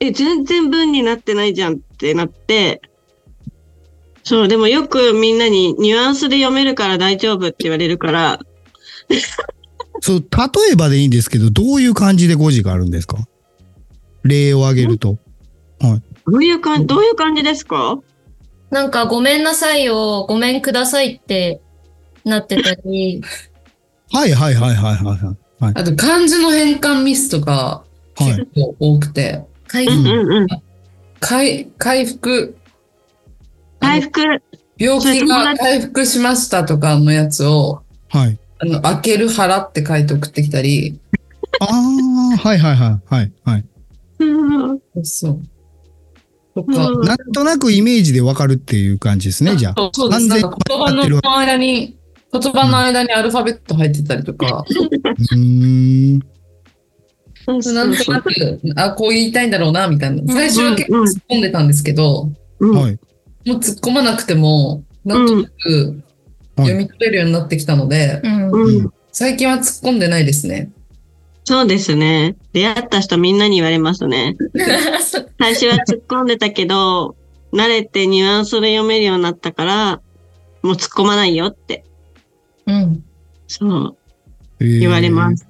え、全然文になってないじゃんってなって、そう、でもよくみんなにニュアンスで読めるから大丈夫って言われるから、
そう、例えばでいいんですけど、どういう感じで5時があるんですか例を挙げると。
どういう感じ、どういう感じですか
なんか、ごめんなさいを、ごめんくださいってなってたり、
はいはいはいはいはいはい。はい
あと、漢字の変換ミスとか、
はい
結構多くて、
会
う
議
んうんうん。
回回復、
回復、
病気が回復しましたとかのやつを、
はい。
あの、開ける腹って書いて送ってきたり。
ああ、はいはいはいはいはい。
うん
そう。とか。
うん
なんとなくイメージでわかるっていう感じですね、じゃあ。
そうそうです。
完
な
全
ん
に
か言葉の間に、言葉の間にアルファベット入ってたりとか、
うーん。
そう
な
そ
ん
う
と
そ
な
う
く、あ、こう言いたいんだろうな、みたいな。最初は結構
うんうん
突っ込んでたんですけど、も
うん
はい。
う突っ込まなくても、なんとなく
はい
読み取れるようになってきたので、
うん。
うん
うん
最近は突っ込んでないですね。
そうですね。出会った人みんなに言われますね。最初は突っ込んでたけど、慣れてニュアンスで読めるようになったから、もう突っ込まないよって、
うん。
そう、
えー
言われます。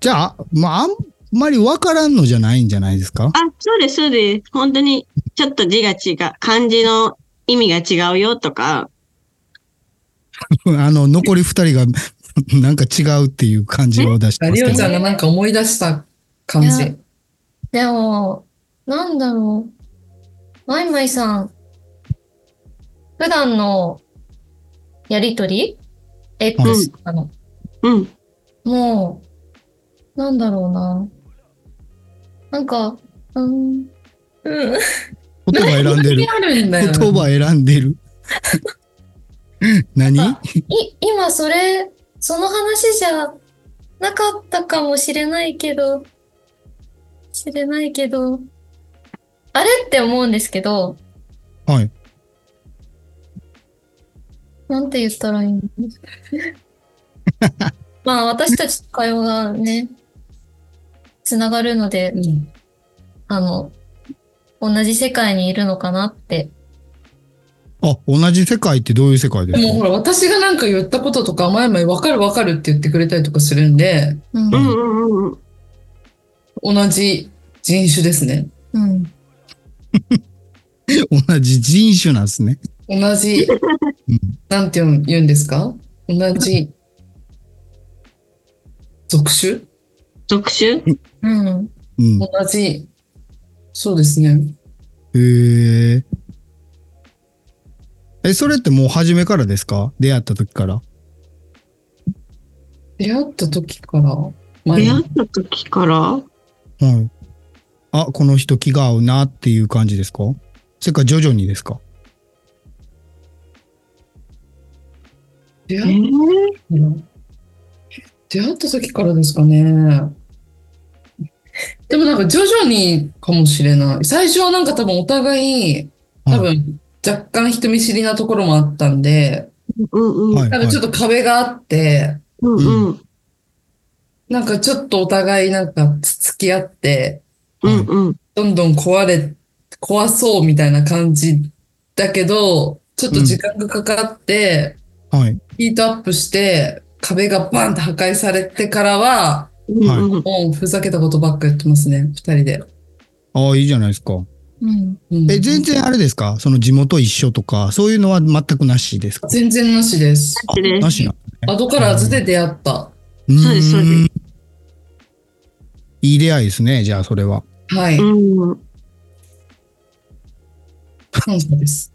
じゃあ、まあ、あんまりわからんのじゃないんじゃないですか
あ、そうです、そうです。本当に、ちょっと字が違う、漢字の意味が違うよとか、
うんあの、残り二人が、 なんか違うっていう感じを出してます
り
け
お
ど
ち。ゃんがなんか思い出した感じ。
いやでも、なんだろう。マイマイさん、普段のやりとり ?X とかの。
うん。
もう、なんだろうな。なんか、うん、うん。
言葉選んでる
何。あるんだ
言
よ、ね。
葉選んでる。 何
あい、今それ、その話じゃなかったかもしれないけど、しれないけど、あれって思うんですけど、
はい。
なんて言ったらいいの まあ私たちの会話がね、つながるので、
うん
あの、同じ世界にいるのかなって。
あ、同じ世界ってどういう世界で
ですもほ、
から
私がなんか言ったこととか、前々わかるわかるって言ってくれたりとかするんで、
うん
うんうんうんうん。
同じ人種ですね。
うん。
同じ人種なんですね。
同じ
うん、
なんて言うん言うんですか同じ、属種
属種
うん。
うん。
同じ、そうですね。
へえ。え、それってもう初めからですか出会った時から。
出会った時から、
出
前
会った時から、
はい。あ、この人気が合うなっていう感じですかそれか徐々にですか
出
え
会っ
ー
たの出会った時からですかね。でもなんか徐々にかもしれない。最初はなんか多分お互い、多分若干人見知りなところもあったんで、
うんうん。
はい。
多分ちょっと壁があって、
うんうん。
なんかちょっとお互いなんかつつき合って、
うんうん。
どんどん壊れ、壊そうみたいな感じだけど、ちょっと時間がかかって、
はい。はい。
ヒートアップして、壁がバンって破壊されてからは、
うんう
も
ん。
うふざけたことばっか言ってますね、二人で。
ああ、いいじゃないですか。
うん。
うん
え、全然あれですかその地元一緒とか、そういうのは全くなしですか
全然なしです。
そうで
な
す
しな。
後からずで出会った。
ん
そうですそうです
いい出会いですね、じゃあそれは。
はい。
うん。
感謝です。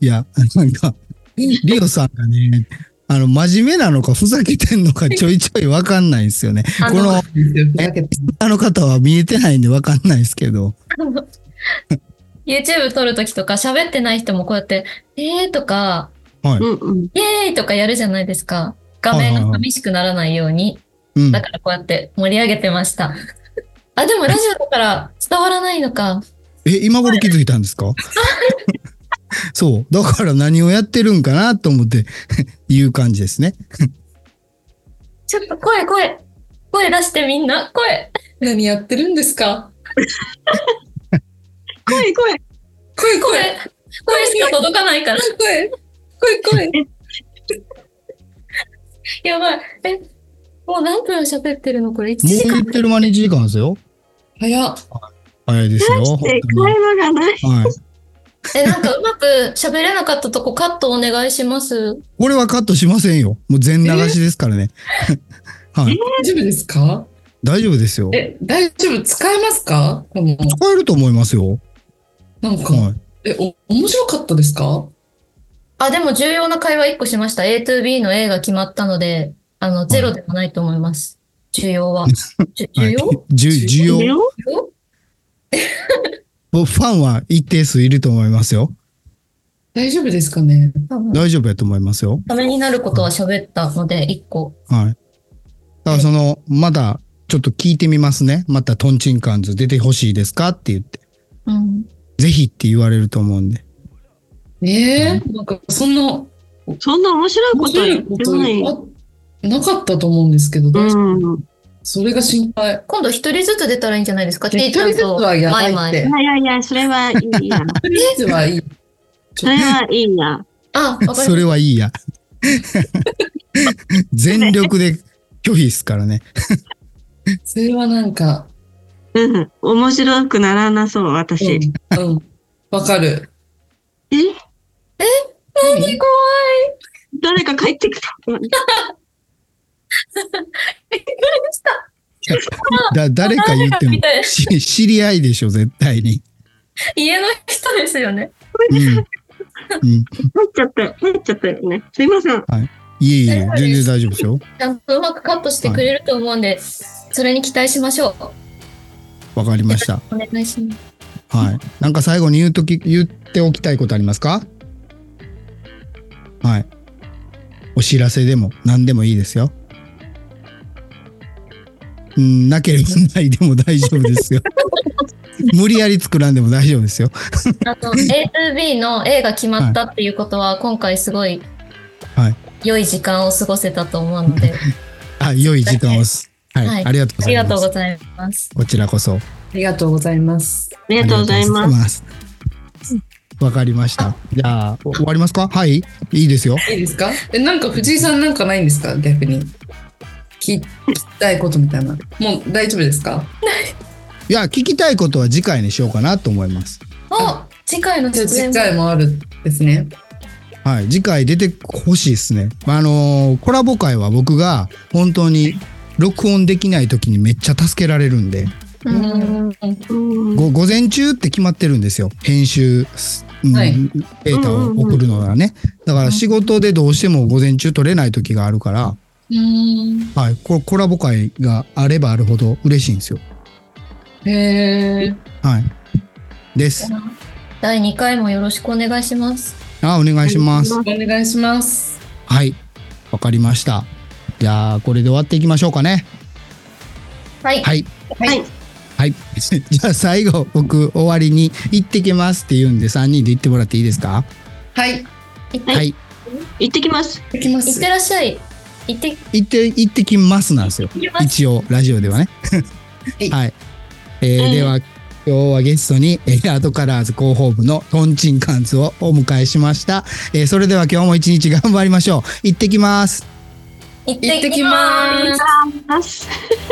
いや、なんか、リオさんがね、あの、真面目なのか、ふざけてんのか、ちょいちょいわかんないんですよね。
あ
こ
の
の、
ふざけて
あの方は見えてないんでわかんないですけど。
YouTube 撮るときとか喋ってない人もこうやって、えーとか、
はい。
うんうん。
イエーイとかやるじゃないですか。画面が寂しくならないように。
うん。
だからこうやって盛り上げてました。 あ、でもラジオだから伝わらないのか。
え、今頃気づいたんです かそう。だから何をやってるんかなと思っていう感じですね。
ちょっと声声。声出してみんな、声。
何やってるんですか
声
声
声
声
声。
声しか届かないから。
声声声
やばい。え、もう何分喋ってるのこれ1
もう
時
言
間
っ。てる間に1時間ですよ。
早っ。
早いですよ。本
え、
当
会話がない。
にはい。
え、なんかうまく喋れなかったとこカットお願いします。
これはカットしませんよ。もう全流しですからね。はい。
大丈夫ですか
大丈夫ですよ。使
え、大丈夫使えますかこの、
えると思いますよ。
なんか、
は
え、お、面白かったですか
あ、でも重要な会話1個しました。A to B の A が決まったので、あの、ゼロではないと思います。重要 は。じゅ
い。は
重
い
要、
じゅ需要。
よ
重要
もうファンは一定数いると思いますよ。
大丈夫ですかね
多分
大丈夫やと思いますよ。
ためになることは喋ったので、1個。
はい。だからその、まだちょっと聞いてみますね。またトンチンカンズ出てほしいですかって言って。
うん。
ぜひって言われると思うんで。
ねえ、なんか、そんな、
そんな面白い
面
こと
白
言
い
っ
こ
てない。
とあなかったと思うんですけど、
う
大丈
ん。
それが心配。
今度一人ずつ出たらいいんじゃないですか
いや
ていちゃん
一人ず
と
つはやばいって
マイマイ
いやいや、それはいいや。
実はいい。
それはいいや。
あ、わか
そ
り
れはいい や。全力で拒否ですからね。
それはなんか、
うん。面白くならなそう、
う
私。
ん。うん。わかる。
え
ました。怖い。
誰か帰ってきた。
びっくりした。
だ誰か言 っても
みたいな
し知り合いでしょ、絶対に。
家の人ですよね。
うん。うん、
入っちゃった。入っちゃったよね。すいません。
いえいえ、全然大丈夫ですよ。
ちゃんとうまくカットしてくれると思うんで、それに期待しましょう。
わかりました。
お願いします。
はい。なんか最後に言うとき、言っておきたいことありますかはい。お知らせでも何でもいいですよ。うん、なければないでも大丈夫 ですよ。無理やり作らんでも大丈夫ですよ。
あと、A2B の A が決まったっていうことは、今回すごい、
はい
良い時間を過ごせたと思うので、
あ、良い時間をす。はい、
はい
ありがとうご
あ
ざ
り
い
がと
ま
う
す
ご。ざいます。
こちらこそ。あ
ありがとうございます。
ありがとうござい
りが
ま
とう
す。
ございます。わかりました。じゃあ、お終わりますかはい。いいですよ。
いいですかえ、なんか藤井さんなんかないんですか逆に。聞きたいことみたいな。もう大丈夫ですか
いや、聞きたいことは次回にしようかなと思います。
お次回の
じゃあ
出演
次
も
回もあるんですね。
はい、次回出てほしいですね。まあ、あのーコラボ会は僕が本当に録音できない時にめっちゃ助けられるんで、
うん
うん
ご午前中って決まってるんですよ。編集、うん
はい
データを送るのはね。だから仕事でどうしても午前中取れない時があるから、
うん。
はい、こコラボ会があればあるほど嬉しいんですよ。
へえ。
はい。です。
第2回もよろしくお願いします。
あ、お願いします。
お願いします。
はい。わかりました。じゃあ、これで終わっていきましょうかね。
はい。
はい。
はい。
はい。 じゃあ最後、僕、終わりに、行ってきますって言うんで、3人で行ってもらっていいですか
はい。
は。
はいい行ってきます。
いきま
いっ
す
て。らっしゃい。いって
行って、行ってきますなんですよ。
きます。
一応、ラジオではね。
は い
はい。えーでは、今日はゲストに、えーアートカラーズ広報部のトンチンカンツをお迎えしました。えーそれでは今日も一日頑張りましょう。行ってきます。
いっ
行って
て
き
き
ま
ますす。
ます。